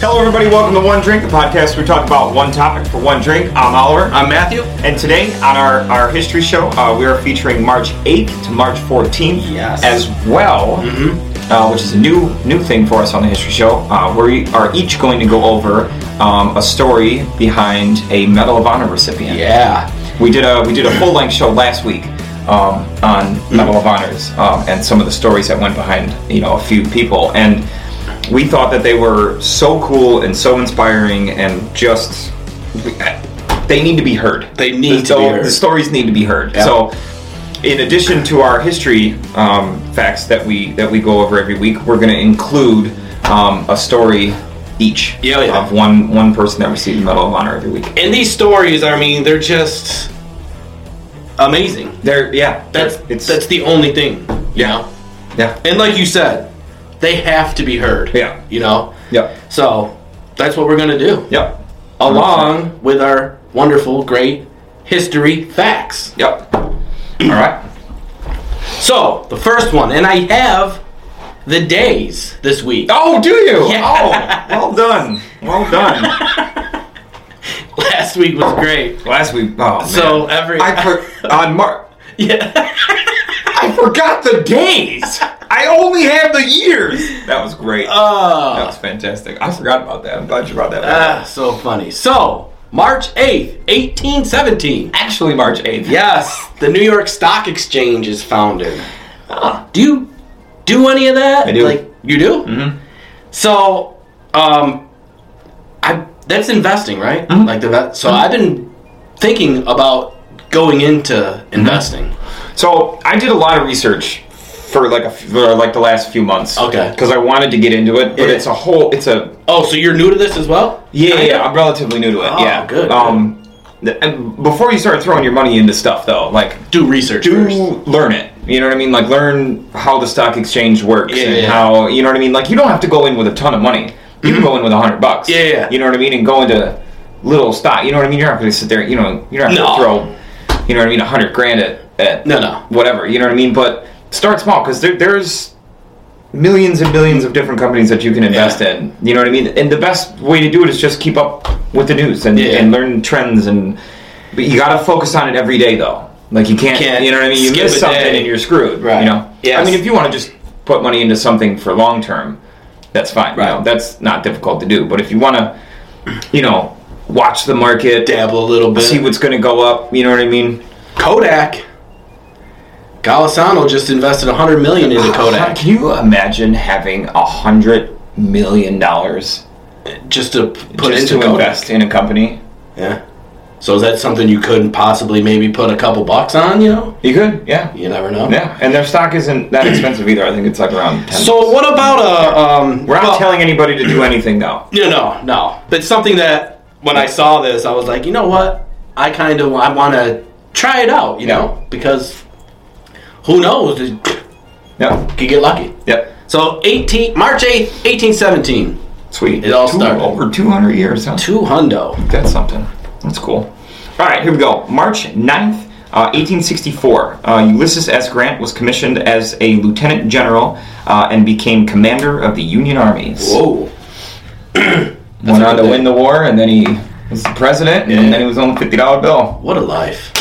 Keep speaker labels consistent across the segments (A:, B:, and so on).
A: Hello, everybody. Welcome to One Drink, the podcast where we talk about one topic for one drink. I'm Oliver.
B: I'm Matthew.
A: And today on our, our history show, uh, we are featuring March 8th to March 14th
B: Yes. Mm-hmm.
A: as well, uh, which is a new new thing for us on the history show. Uh, we are each going to go over um, a story behind a Medal of Honor recipient.
B: Yeah.
A: We did a we did a full length show last week um, on
B: Mm-hmm.
A: Medal of Honors um, and some of the stories that went behind you know a few people, and we thought that they were so cool and so inspiring and just they need to be heard.
B: They need
A: the,
B: to be
A: the-
B: heard.
A: The stories need to be heard.
B: Yeah.
A: So. In addition to our history um, facts that we that we go over every week, we're going to include um, a story each
B: Yeah, yeah.
A: of one one person that received the Medal of Honor every week.
B: And these stories, I mean, they're just amazing.
A: There, yeah,
B: That's
A: it's
B: that's the only thing. You know?
A: yeah.
B: And like you said, they have to be heard.
A: Yeah.
B: You know?
A: Yep.
B: So that's what we're gonna do.
A: Yep.
B: Along with our wonderful, great history facts.
A: Yep. All right.
B: So the first one, and I have the days this week.
A: Oh, do you?
B: Yeah.
A: Oh, well done. Well done.
B: Last week was great.
A: Last week. Oh man.
B: So every
A: I for, on Mar-
B: yeah.
A: I forgot the days. I only have the years. That was great. that
B: Uh,
A: was fantastic. I forgot about that. I'm glad you brought that up.
B: ah, so funny. So March eighth, eighteen seventeen.
A: Actually, March eighth.
B: Yes, the New York Stock Exchange is founded. Do you do any of that?
A: Ah. I do.
B: you do?
A: Mhm.
B: So, um, I that's investing, right?
A: Mm-hmm.
B: Like the vet- so I've been thinking about going into
A: Mm-hmm.
B: investing.
A: So I did a lot of research for like a f- for like the last few months.
B: Okay.
A: Because I wanted to get into it, but
B: Yeah.
A: it's a whole. It's a
B: Oh, so you're new to this as well?
A: Yeah,
B: Kinda?
A: yeah, I'm relatively new to it.
B: Oh,
A: yeah,
B: good,
A: Um, th- and before you start throwing your money into stuff, though, like
B: Do research
A: do
B: first.
A: learn it. You know what I mean? Like learn how the stock exchange works
B: Yeah,
A: and
B: yeah. Mm-hmm.
A: how you know what I mean. Like you don't have to go in with a ton of money. You can go in with a hundred bucks.
B: Yeah, yeah.
A: You know what I mean? And go into little stock. You know what I mean? You're not going to sit there. You know, you're not
B: No.
A: going to throw. You know what I mean? A hundred grand at, at
B: No, no.
A: whatever. You know what I mean? But start small because there, there's millions and millions of different companies that you can invest
B: Yeah.
A: in. You know what I mean? And the best way to do it is just keep up with the news and,
B: Yeah.
A: and learn trends and. But you got to focus on it every day though. Like you can't,
B: Can't
A: you know what I mean? You
B: skip a
A: miss something
B: day.
A: and you're screwed.
B: Right.
A: You know.
B: Yes.
A: I mean, if you want to just put money into something for long term, that's fine. You
B: Right.
A: know, that's not difficult to do. But if you want to, you know, watch the market,
B: Dabble a little bit.
A: see what's going to go up. You know what I mean?
B: Kodak. Galisano just invested 100 million into Kodak.
A: Can you imagine having a hundred million dollars
B: just to p- put
A: just
B: into
A: to
B: Kodak.
A: invest in a company?
B: Yeah. So is that something you could possibly maybe put a couple bucks on? You know,
A: You could, yeah,
B: you never know.
A: yeah. And their stock isn't that expensive either. I think it's like around. 10
B: So what about a? Um,
A: we're not
B: well,
A: telling anybody to do anything though.
B: No, no, no. But something that when I saw this, I was like, you know what? I kind of I want to try it out. You know, because who knows? You
A: Yep.
B: could get lucky.
A: Yep.
B: So 18 March 8th, 1817.
A: Sweet.
B: It all
A: Two-
B: started.
A: over 200 years. Huh?
B: Two hundo.
A: That's something. That's cool. All right, here we go. March 9th, uh, 1864. Uh, Ulysses S. Grant was commissioned as a lieutenant general uh, and became commander of the Union armies.
B: Whoa.
A: Went on to
B: day.
A: win the war, and then he was the president,
B: Yeah.
A: and then he was on the $50 bill.
B: What a life.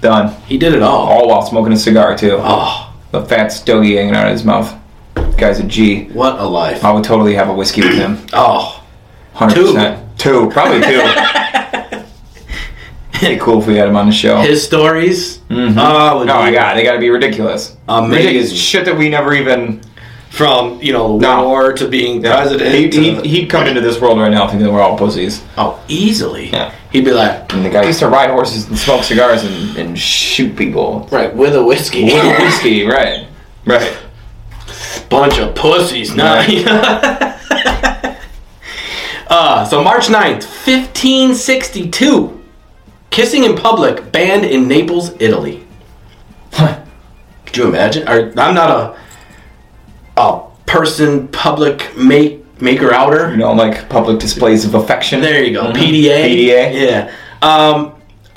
A: Done.
B: He did it all.
A: All while smoking a cigar, too.
B: Oh,
A: The fat stogie hanging out of his mouth. Guy's a G.
B: what a life.
A: I would totally have a whiskey with him.
B: Oh.
A: 100%. Two. Probably two. Be cool if we had him on the show.
B: his stories. Oh, would
A: Oh my
B: be-
A: god, they gotta be ridiculous.
B: Amazing.
A: Ridiculous shit that we never even.
B: From you know
A: No.
B: war to being president.
A: He,
B: to-
A: he, he'd come into this world right now thinking we're all pussies.
B: oh, easily.
A: Yeah.
B: He'd be like,
A: And the guy used to ride horses and smoke cigars and, and shoot people.
B: right, with a whiskey,
A: With a whiskey, right. Right.
B: bunch of pussies. Nah. uh, so March 9th, fifteen sixty two, kissing in public banned in Naples, Italy. Could you imagine? Or, I'm not a a person public make maker outer.
A: You know, like public displays of affection.
B: There you go.
A: Mhm.
B: PDA.
A: PDA.
B: Yeah. Um,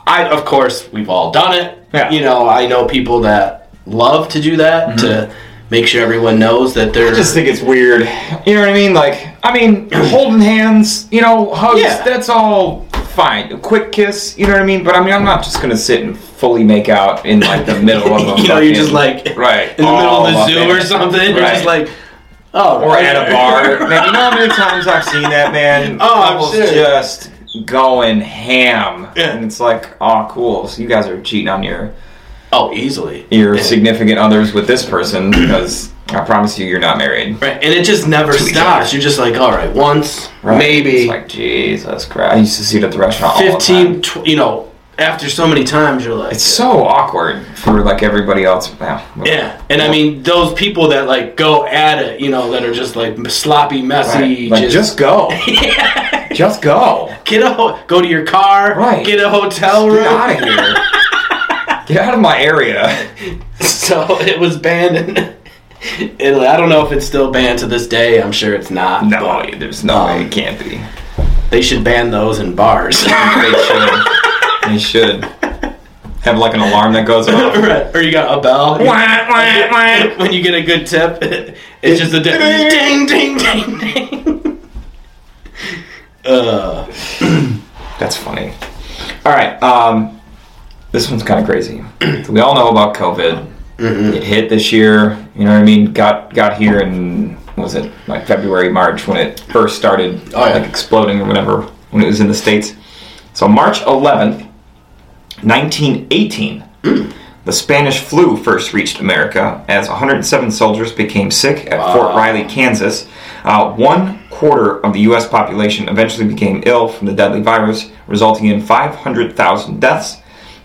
B: I of course we've all done it.
A: Yeah. Mm-hmm.
B: You know, I know people that love to do that to make sure everyone knows that they're
A: I just think it's weird. You know what I mean? Like, I mean, holding hands, you know, hugs,
B: Yeah.
A: that's all fine. A quick kiss, you know what I mean? But I mean, I'm not just going to sit and fully make out in like the middle of a
B: you know you're just
A: fucking-
B: like
A: right
B: in the middle
A: all
B: of the
A: up
B: zoo
A: in
B: or
A: it.
B: something. You're just
A: Right.
B: like oh
A: or
B: right.
A: at a bar. man, you know how many times I've seen that man?
B: Oh, I'm
A: Couples
B: sure.
A: just going ham.
B: Yeah.
A: And it's like, oh, cool. So you guys are cheating on your
B: Oh, easily.
A: your significant others with this person because I promise you, you're not married.
B: Right, and it just never stops. You're just like, all right, once,
A: Right?
B: maybe
A: It's like, Jesus Christ. I used to see it at the restaurant. all the time.
B: 15, tw- you know, after so many times, you're like,
A: It's so awkward for like everybody else. Well,
B: yeah. And I mean, those people that like go at it, you know, that are just like sloppy,
A: Right.
B: messy,
A: Like,
B: just,
A: just go. Just go.
B: get a ho- go to your car,
A: Right.
B: get a hotel room.
A: Get out of here. Get out of my area.
B: So it was banned in Italy. I don't know if it's still banned to this day. I'm sure it's not.
A: No,
B: but
A: there's no way it can't be.
B: they should ban those in bars.
A: They should. they should have like an alarm that goes off.
B: Right. Or you got a bell.
A: Wah, wah, wah.
B: when you get a good tip, it's just a di- ding, ding, ding, ding. Uh,
A: That's funny. All right. Um, this one's kind of crazy. we all know about COVID.
B: Mm-hmm.
A: It hit this year. You know what I mean? Got got here in was it like February, March when it first started
B: Oh, yeah.
A: like exploding or whatever when it was in the states. So March 11th, 1918, the Spanish flu first reached America as 107 soldiers became sick at Fort Riley, Kansas. Uh, one quarter of the U.S. population eventually became ill from the deadly virus, resulting in 500,000 deaths.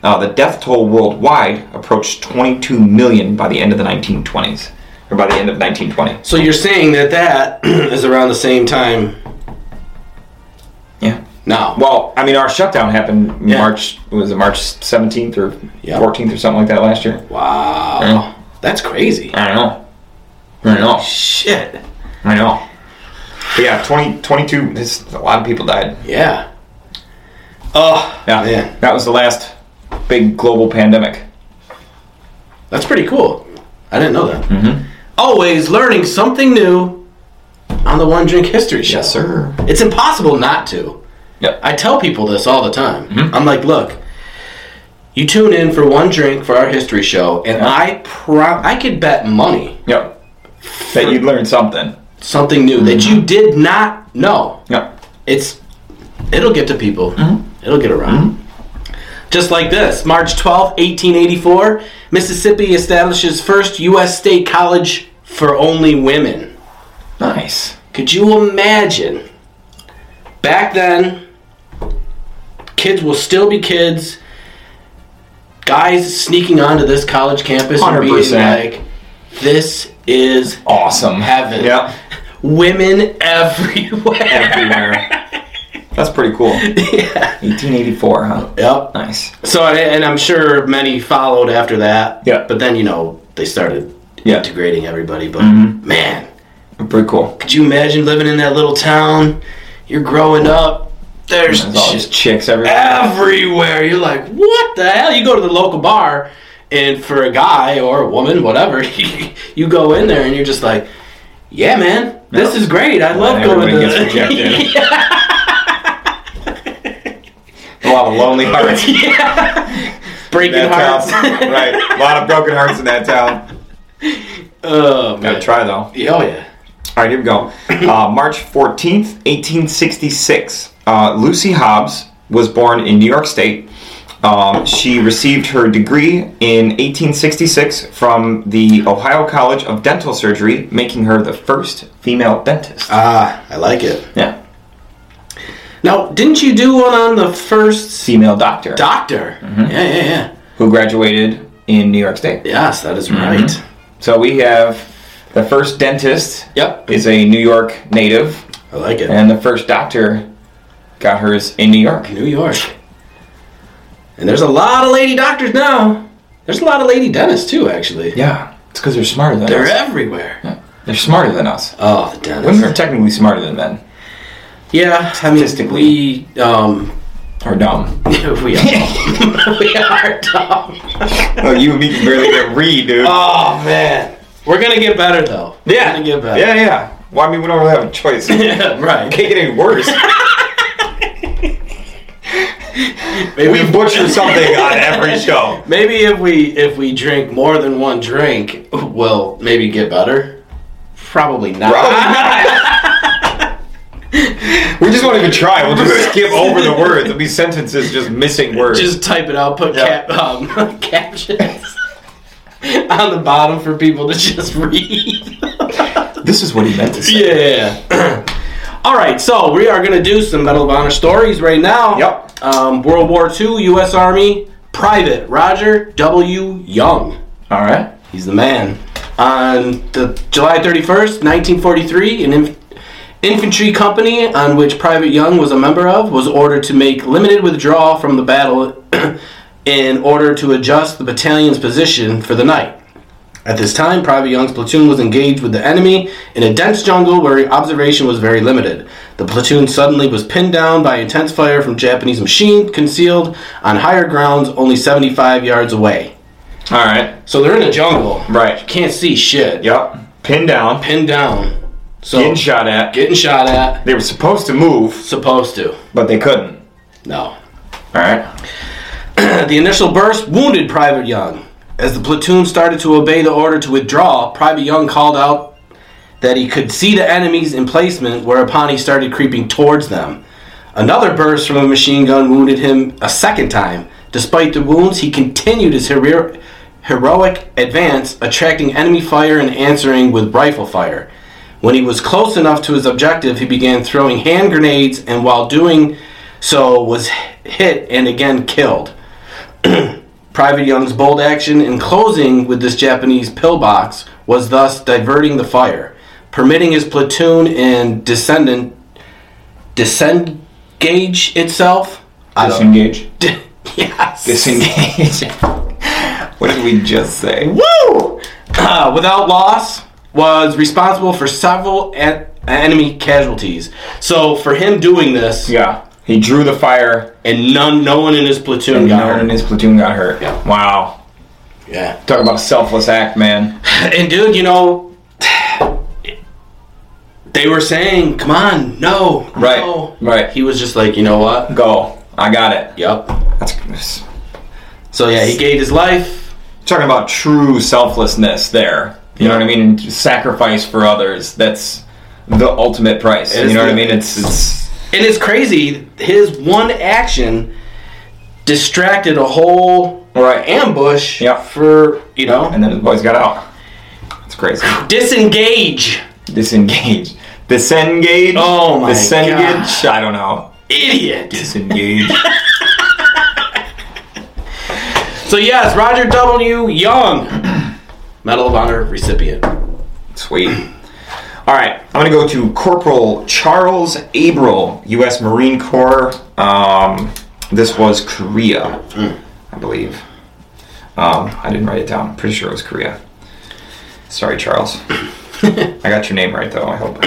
A: Uh, the death toll worldwide approached 22 million by the end of the 1920s, or by the end of 1920.
B: so you're saying that that is around the same time
A: Yeah.
B: now?
A: Well, I mean, our shutdown happened in
B: Yeah.
A: March. Was it March 17th or
B: Yeah.
A: 14th or something like that last year?
B: wow,
A: Yeah.
B: that's crazy.
A: I don't know. I don't know.
B: Shit.
A: I know. But yeah, 20, 22, this, a lot of people died.
B: Yeah. Oh
A: Yeah.
B: man,
A: That was the last big global pandemic.
B: that's pretty cool. I didn't know that. Always learning something new on the One Drink History Show.
A: sir.
B: It's impossible not to.
A: Yep.
B: I tell people this all the time. I'm like, look, you tune in for one drink for our history show, and
A: Yeah.
B: I pro- I could bet money
A: Yep. That you'd learn something.
B: something new that you did not know.
A: Yep.
B: It's it'll get to people. It'll get around. Just like this, March 12, 1884, Mississippi establishes first U.S. state college for only women.
A: Nice.
B: Could you imagine? Back then, kids will still be kids. Guys sneaking onto this college campus and being
A: 100%.
B: like, "This is
A: Awesome.
B: Heaven.
A: Yep.
B: women everywhere."
A: Everywhere. That's pretty cool.
B: yeah.
A: 1884, huh?
B: Yep.
A: Nice.
B: So, and- and I'm sure many followed after that.
A: Yeah.
B: But then you know they started
A: Yeah.
B: integrating everybody. But
A: Mm-hmm.
B: man,
A: Pretty cool.
B: could you imagine living in that little town? You're growing up. There's
A: There's all
B: just
A: just chicks everywhere.
B: everywhere. You're like, what the hell? You go to the local bar, and for a guy or a woman, whatever, you go in there and you're just like, yeah, man, this
A: Yeah.
B: is great. I love going
A: everybody
B: to.
A: gets rejected. A lot of lonely hearts in
B: yeah. Breaking
A: that
B: hearts.
A: town. right. A lot of broken hearts in that town.
B: oh man.
A: Gotta try though.
B: Oh yeah.
A: All right, here we go. Uh, March 14th, 1866. Uh, Lucy Hobbs was born in New York State. Um, she received her degree in 1866 from the Ohio College of Dental Surgery, making her the first female dentist. Uh,
B: Ah, I like it.
A: yeah,
B: Now, didn't you do one on the first
A: female doctor
B: doctor?
A: Mm-hmm.
B: Yeah, yeah, yeah.
A: who graduated in New York State.
B: Yes, that is
A: Mm-hmm.
B: right.
A: So we have the first dentist
B: Yep.
A: is a New York native,
B: I like it.
A: and the first doctor got hers in New York.
B: New York. And there's a lot of lady doctors now. There's a lot of lady dentists too, actually.
A: Yeah, it's because they're smarter than
B: They're
A: us.
B: everywhere.
A: They're smarter than us.
B: Oh, the
A: Women are
B: dentists.
A: technically smarter than men,
B: Yeah, I mean,
A: Statistically.
B: we um,
A: or dumb.
B: we are we are dumb.
A: oh, you and me can barely even read, dude.
B: Oh man, We're gonna get better though. We're
A: Yeah.
B: gonna get better.
A: Yeah, yeah. Well, I mean, we don't really have a choice. Can't
B: Yeah, right.
A: get any worse.
B: Maybe
A: we
B: if-
A: butcher something on every show.
B: Maybe if we if we drink more than one drink, we'll maybe get better. Probably not.
A: we just won't even try. We'll just skip over the words. There'll be sentences just missing words.
B: Just type it out, put
A: Yeah.
B: cap, um, captions on the bottom for people to just read.
A: this is what he meant to say.
B: yeah. All right, so we are gonna do some Medal of Honor stories right now.
A: Yep.
B: Um, World War II, U.S. Army Private Roger W. Young.
A: All right.
B: He's the man. On the July 31st, 1943, an inf- infantry company on which Private Young was a member of was ordered to make limited withdrawal from the battle in order to adjust the battalion's position for the night. At this time, Private Young's platoon was engaged with the enemy in a dense jungle where observation was very limited. The platoon suddenly was pinned down by intense fire from Japanese machine concealed on higher grounds only 75 yards away.
A: All right.
B: So they're in a jungle.
A: Right.
B: Can't see shit.
A: Yep. Pinned down.
B: Pinned down. So
A: Getting shot at.
B: getting shot at.
A: They were supposed to move,
B: Supposed to.
A: but they couldn't.
B: No.
A: All right.
B: the initial burst wounded Private Young. As the platoon started to obey the order to withdraw, Private Young called out that he could see the enemy's emplacement, whereupon he started creeping towards them. Another burst from a machine gun wounded him a second time. Despite the wounds, he continued his hero- heroic advance, attracting enemy fire and answering with rifle fire. When he was close enough to his objective, he began throwing hand grenades and while doing so was hit and again killed. Private Young's bold action in closing with this Japanese pillbox was thus diverting the fire, permitting his platoon and descendant disengage itself. I don't-
A: Disengage.
B: yes.
A: Disengage. what did we just say?
B: Woo! Uh, without loss, was responsible for several en- enemy casualties. So for him doing this,
A: Yeah. He drew the fire.
B: and none, no one in his platoon got
A: No one in
B: hurt.
A: his platoon got hurt.
B: Yeah.
A: Wow.
B: Yeah.
A: Talk about selfless act, man.
B: And dude, you know, they were saying, "Come on, no,
A: Right,
B: no."
A: right.
B: He was just like, you know what?
A: Go. I got it.
B: Yep.
A: That's
B: So yeah, he gave his life.
A: talking about true selflessness there. You know what I mean? Sacrifice for others. That's the ultimate price.
B: It
A: you
B: is
A: know what I
B: the-
A: mean? It's, it's
B: And it's crazy. His one action distracted a whole
A: right.
B: ambush
A: Yeah.
B: for you know
A: And then the boys got out. It's crazy.
B: disengage.
A: Disengage. Disengage.
B: Oh my
A: Disengage.
B: gosh.
A: I don't know.
B: Idiot.
A: Disengage.
B: So yes, Roger W. Young, Medal of Honor recipient.
A: Sweet. All right, I'm gonna go to Corporal Charles Abril, U.S. Marine Corps. Um, this was Korea, I believe. Um, I didn't write it down. Pretty sure it was Korea. Sorry, Charles. I got your name right though. I hope.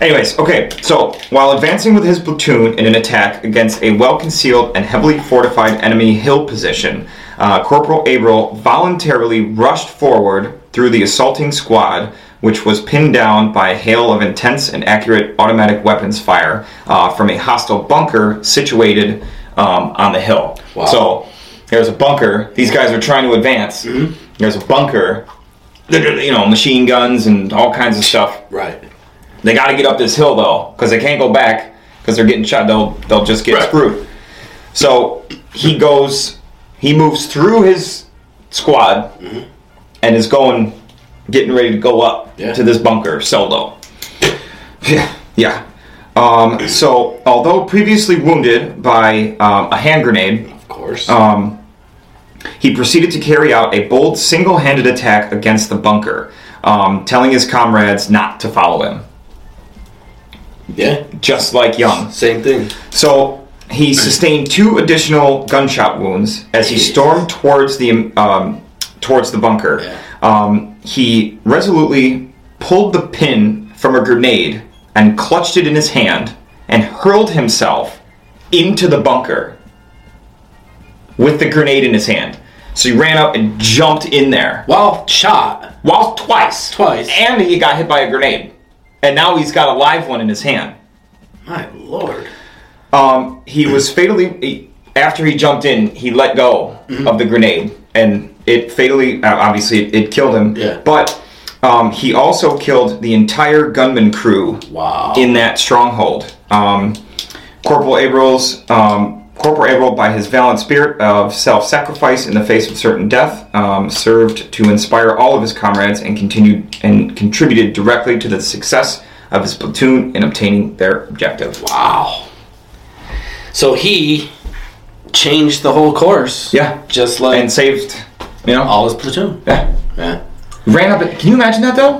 A: Anyways, okay. So while advancing with his platoon in an attack against a well-concealed and heavily fortified enemy hill position, uh, Corporal Abril voluntarily rushed forward through the assaulting squad, which was pinned down by a hail of intense and accurate automatic weapons fire uh, from a hostile bunker situated um, on the hill.
B: Wow.
A: So there's a bunker. These guys are trying to advance. There's a bunker. You know, machine guns and all kinds of stuff.
B: Right.
A: They got to get up this hill though, because they can't go back because they're getting shot. They'll they'll just get
B: Right.
A: screwed. So he goes, he moves through his squad,
B: Mm-hmm.
A: and is going, getting ready to go up
B: Yeah.
A: to this bunker solo. Yeah, yeah. Um, so although previously wounded by um, a hand grenade,
B: Of course.
A: um, he proceeded to carry out a bold single handed attack against the bunker, um, telling his comrades not to follow him,
B: yeah.
A: just like Young.
B: Same thing.
A: So he sustained two additional gunshot wounds as he stormed towards the um, towards the bunker.
B: Yeah.
A: Um, he resolutely pulled the pin from a grenade and clutched it in his hand and hurled himself into the bunker with the grenade in his hand. So he ran up and jumped in there.
B: Well, shot.
A: Well, twice.
B: Twice.
A: And he got hit by a grenade. And now he's got a live one in his hand.
B: My lord.
A: Um, he was fatally he- after he jumped in. He let go
B: Mm-hmm.
A: of the grenade, and it fatally uh, obviously it, it killed him.
B: Yeah.
A: But um, he also killed the entire gunman crew.
B: Wow.
A: In that stronghold, um, Corporal Abrams. Um, Corporal Averill, by his valiant spirit of self-sacrifice in the face of certain death, um, served to inspire all of his comrades and continued and contributed directly to the success of his platoon in obtaining their objective.
B: Wow. So he changed the whole course.
A: Yeah.
B: Just like
A: and saved, you know.
B: all his platoon.
A: Yeah.
B: Yeah.
A: Ran up. Can you imagine that though?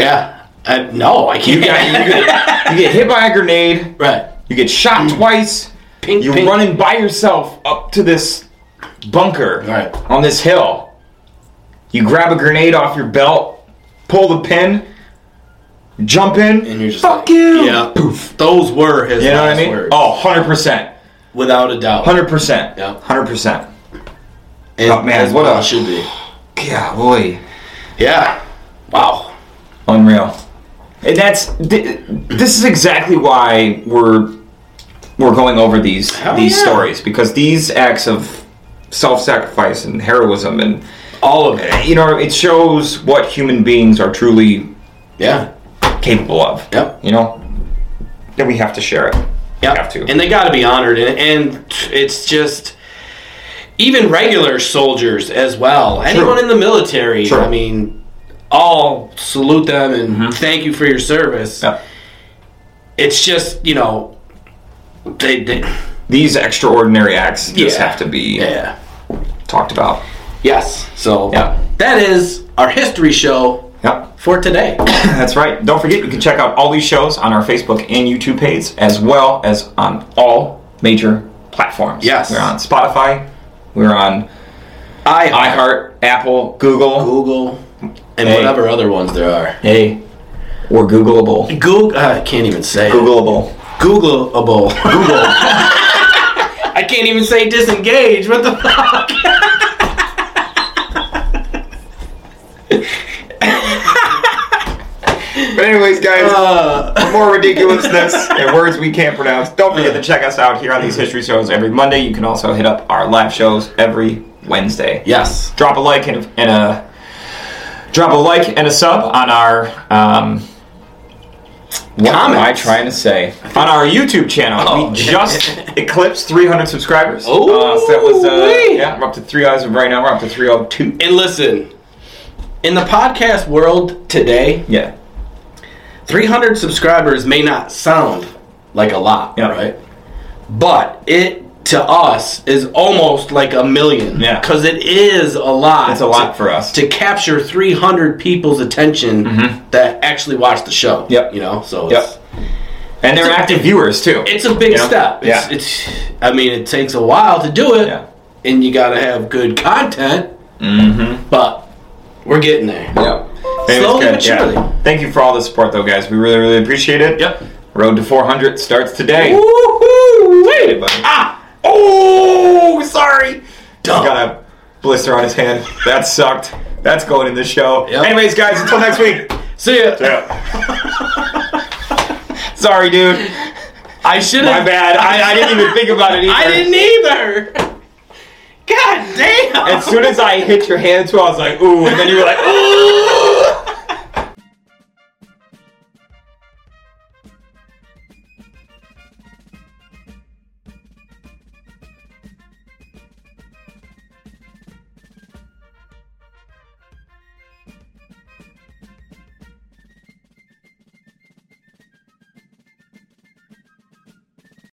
B: Yeah. I, no, I can't.
A: You got you get, you get hit by a grenade.
B: right.
A: You get shot
B: Mm.
A: twice.
B: Ping,
A: You're
B: ping.
A: running by yourself up to this bunker
B: Right.
A: on this hill. You grab a grenade off your belt, pull the pin, jump in,
B: And you're just
A: fuck
B: like,
A: you.
B: Yeah. Poof. Those were his
A: You know what I
B: last
A: mean?
B: words.
A: Oh, 100 percent,
B: without a doubt.
A: hundred percent,
B: Yeah.
A: hundred percent.
B: And
A: oh, man,
B: as
A: what
B: well
A: a-
B: it should be.
A: Yeah, boy.
B: Yeah. Wow.
A: Unreal. And that's th- this is exactly why we're we're going over these
B: Hell
A: these
B: yeah.
A: stories because these acts of self-sacrifice and heroism and
B: All of it.
A: you know it shows what human beings are truly
B: Yeah.
A: capable of.
B: Yep.
A: You know, then we have to share it.
B: Yep.
A: We have to.
B: And they got to be honored. And, and it's just even regular soldiers as well. Anyone in the military.
A: Sure.
B: I mean, all salute them and
A: Mm-hmm.
B: thank you for your service.
A: Yeah.
B: It's just you know, they, they
A: These extraordinary acts just
B: Yeah.
A: have to be
B: yeah
A: talked about.
B: yes. So
A: Yeah.
B: that is our history show
A: Yep.
B: for today.
A: That's right. Don't forget, you can check out all these shows on our Facebook and YouTube page, as well as on all major platforms.
B: Yes.
A: We're on Spotify, we're on
B: I
A: iHeart, Apple, Google.
B: Google and
A: Hey.
B: whatever other ones there are.
A: Hey, we're Googleable.
B: Google, I can't even say it.
A: Googleable.
B: Googleable. Google. I can't even say disengage. What the fuck?
A: But, anyways, guys,
B: Uh,
A: for more ridiculousness and words we can't pronounce, don't forget to check us out here on these history shows every Monday. You can also hit up our live shows every Wednesday.
B: yes.
A: drop a like and a, and a drop a like and a sub on our um what am I
B: Comments.
A: trying to say? On our YouTube channel,
B: Oh.
A: we just eclipsed 300 subscribers.
B: Oh,
A: uh, so that was uh,
B: wee.
A: yeah, we're up to three oh eyes right now. We're up to 302.
B: And listen, in the podcast world today,
A: Yeah,
B: 300 subscribers may not sound like a lot,
A: Yeah.
B: right? But it to us is almost like a million.
A: Yeah.
B: Because it is a lot.
A: it's a lot
B: to,
A: for us.
B: to capture 300 people's attention that actually watch the show.
A: Mm-hmm. Yep.
B: You know, so
A: Yep.
B: it's,
A: and they're
B: it's a-
A: active viewers too.
B: it's a big
A: You know?
B: step. It's,
A: Yeah.
B: it's, I mean, it takes a while to do it,
A: Yeah.
B: and you got to have good content,
A: Mm-hmm.
B: but we're getting there.
A: Yeah. Anyways,
B: Slowly
A: good,
B: but
A: yeah.
B: surely.
A: Thank you for all the support, though, guys. We really, really appreciate it.
B: Yep.
A: Road to 400 starts today.
B: Woohoo!
A: Hey,
B: Wait.
A: buddy. Ah! Oh, sorry.
B: Dumb.
A: Got a blister on his hand. That sucked. That's going in the show.
B: Yep.
A: Anyways, guys, until next week.
B: See ya.
A: sorry, dude.
B: I should have.
A: My bad. I, I didn't even think about it either.
B: I didn't either. God damn.
A: As soon as I hit your hand, too, I was like, ooh, and then you were like, ooh.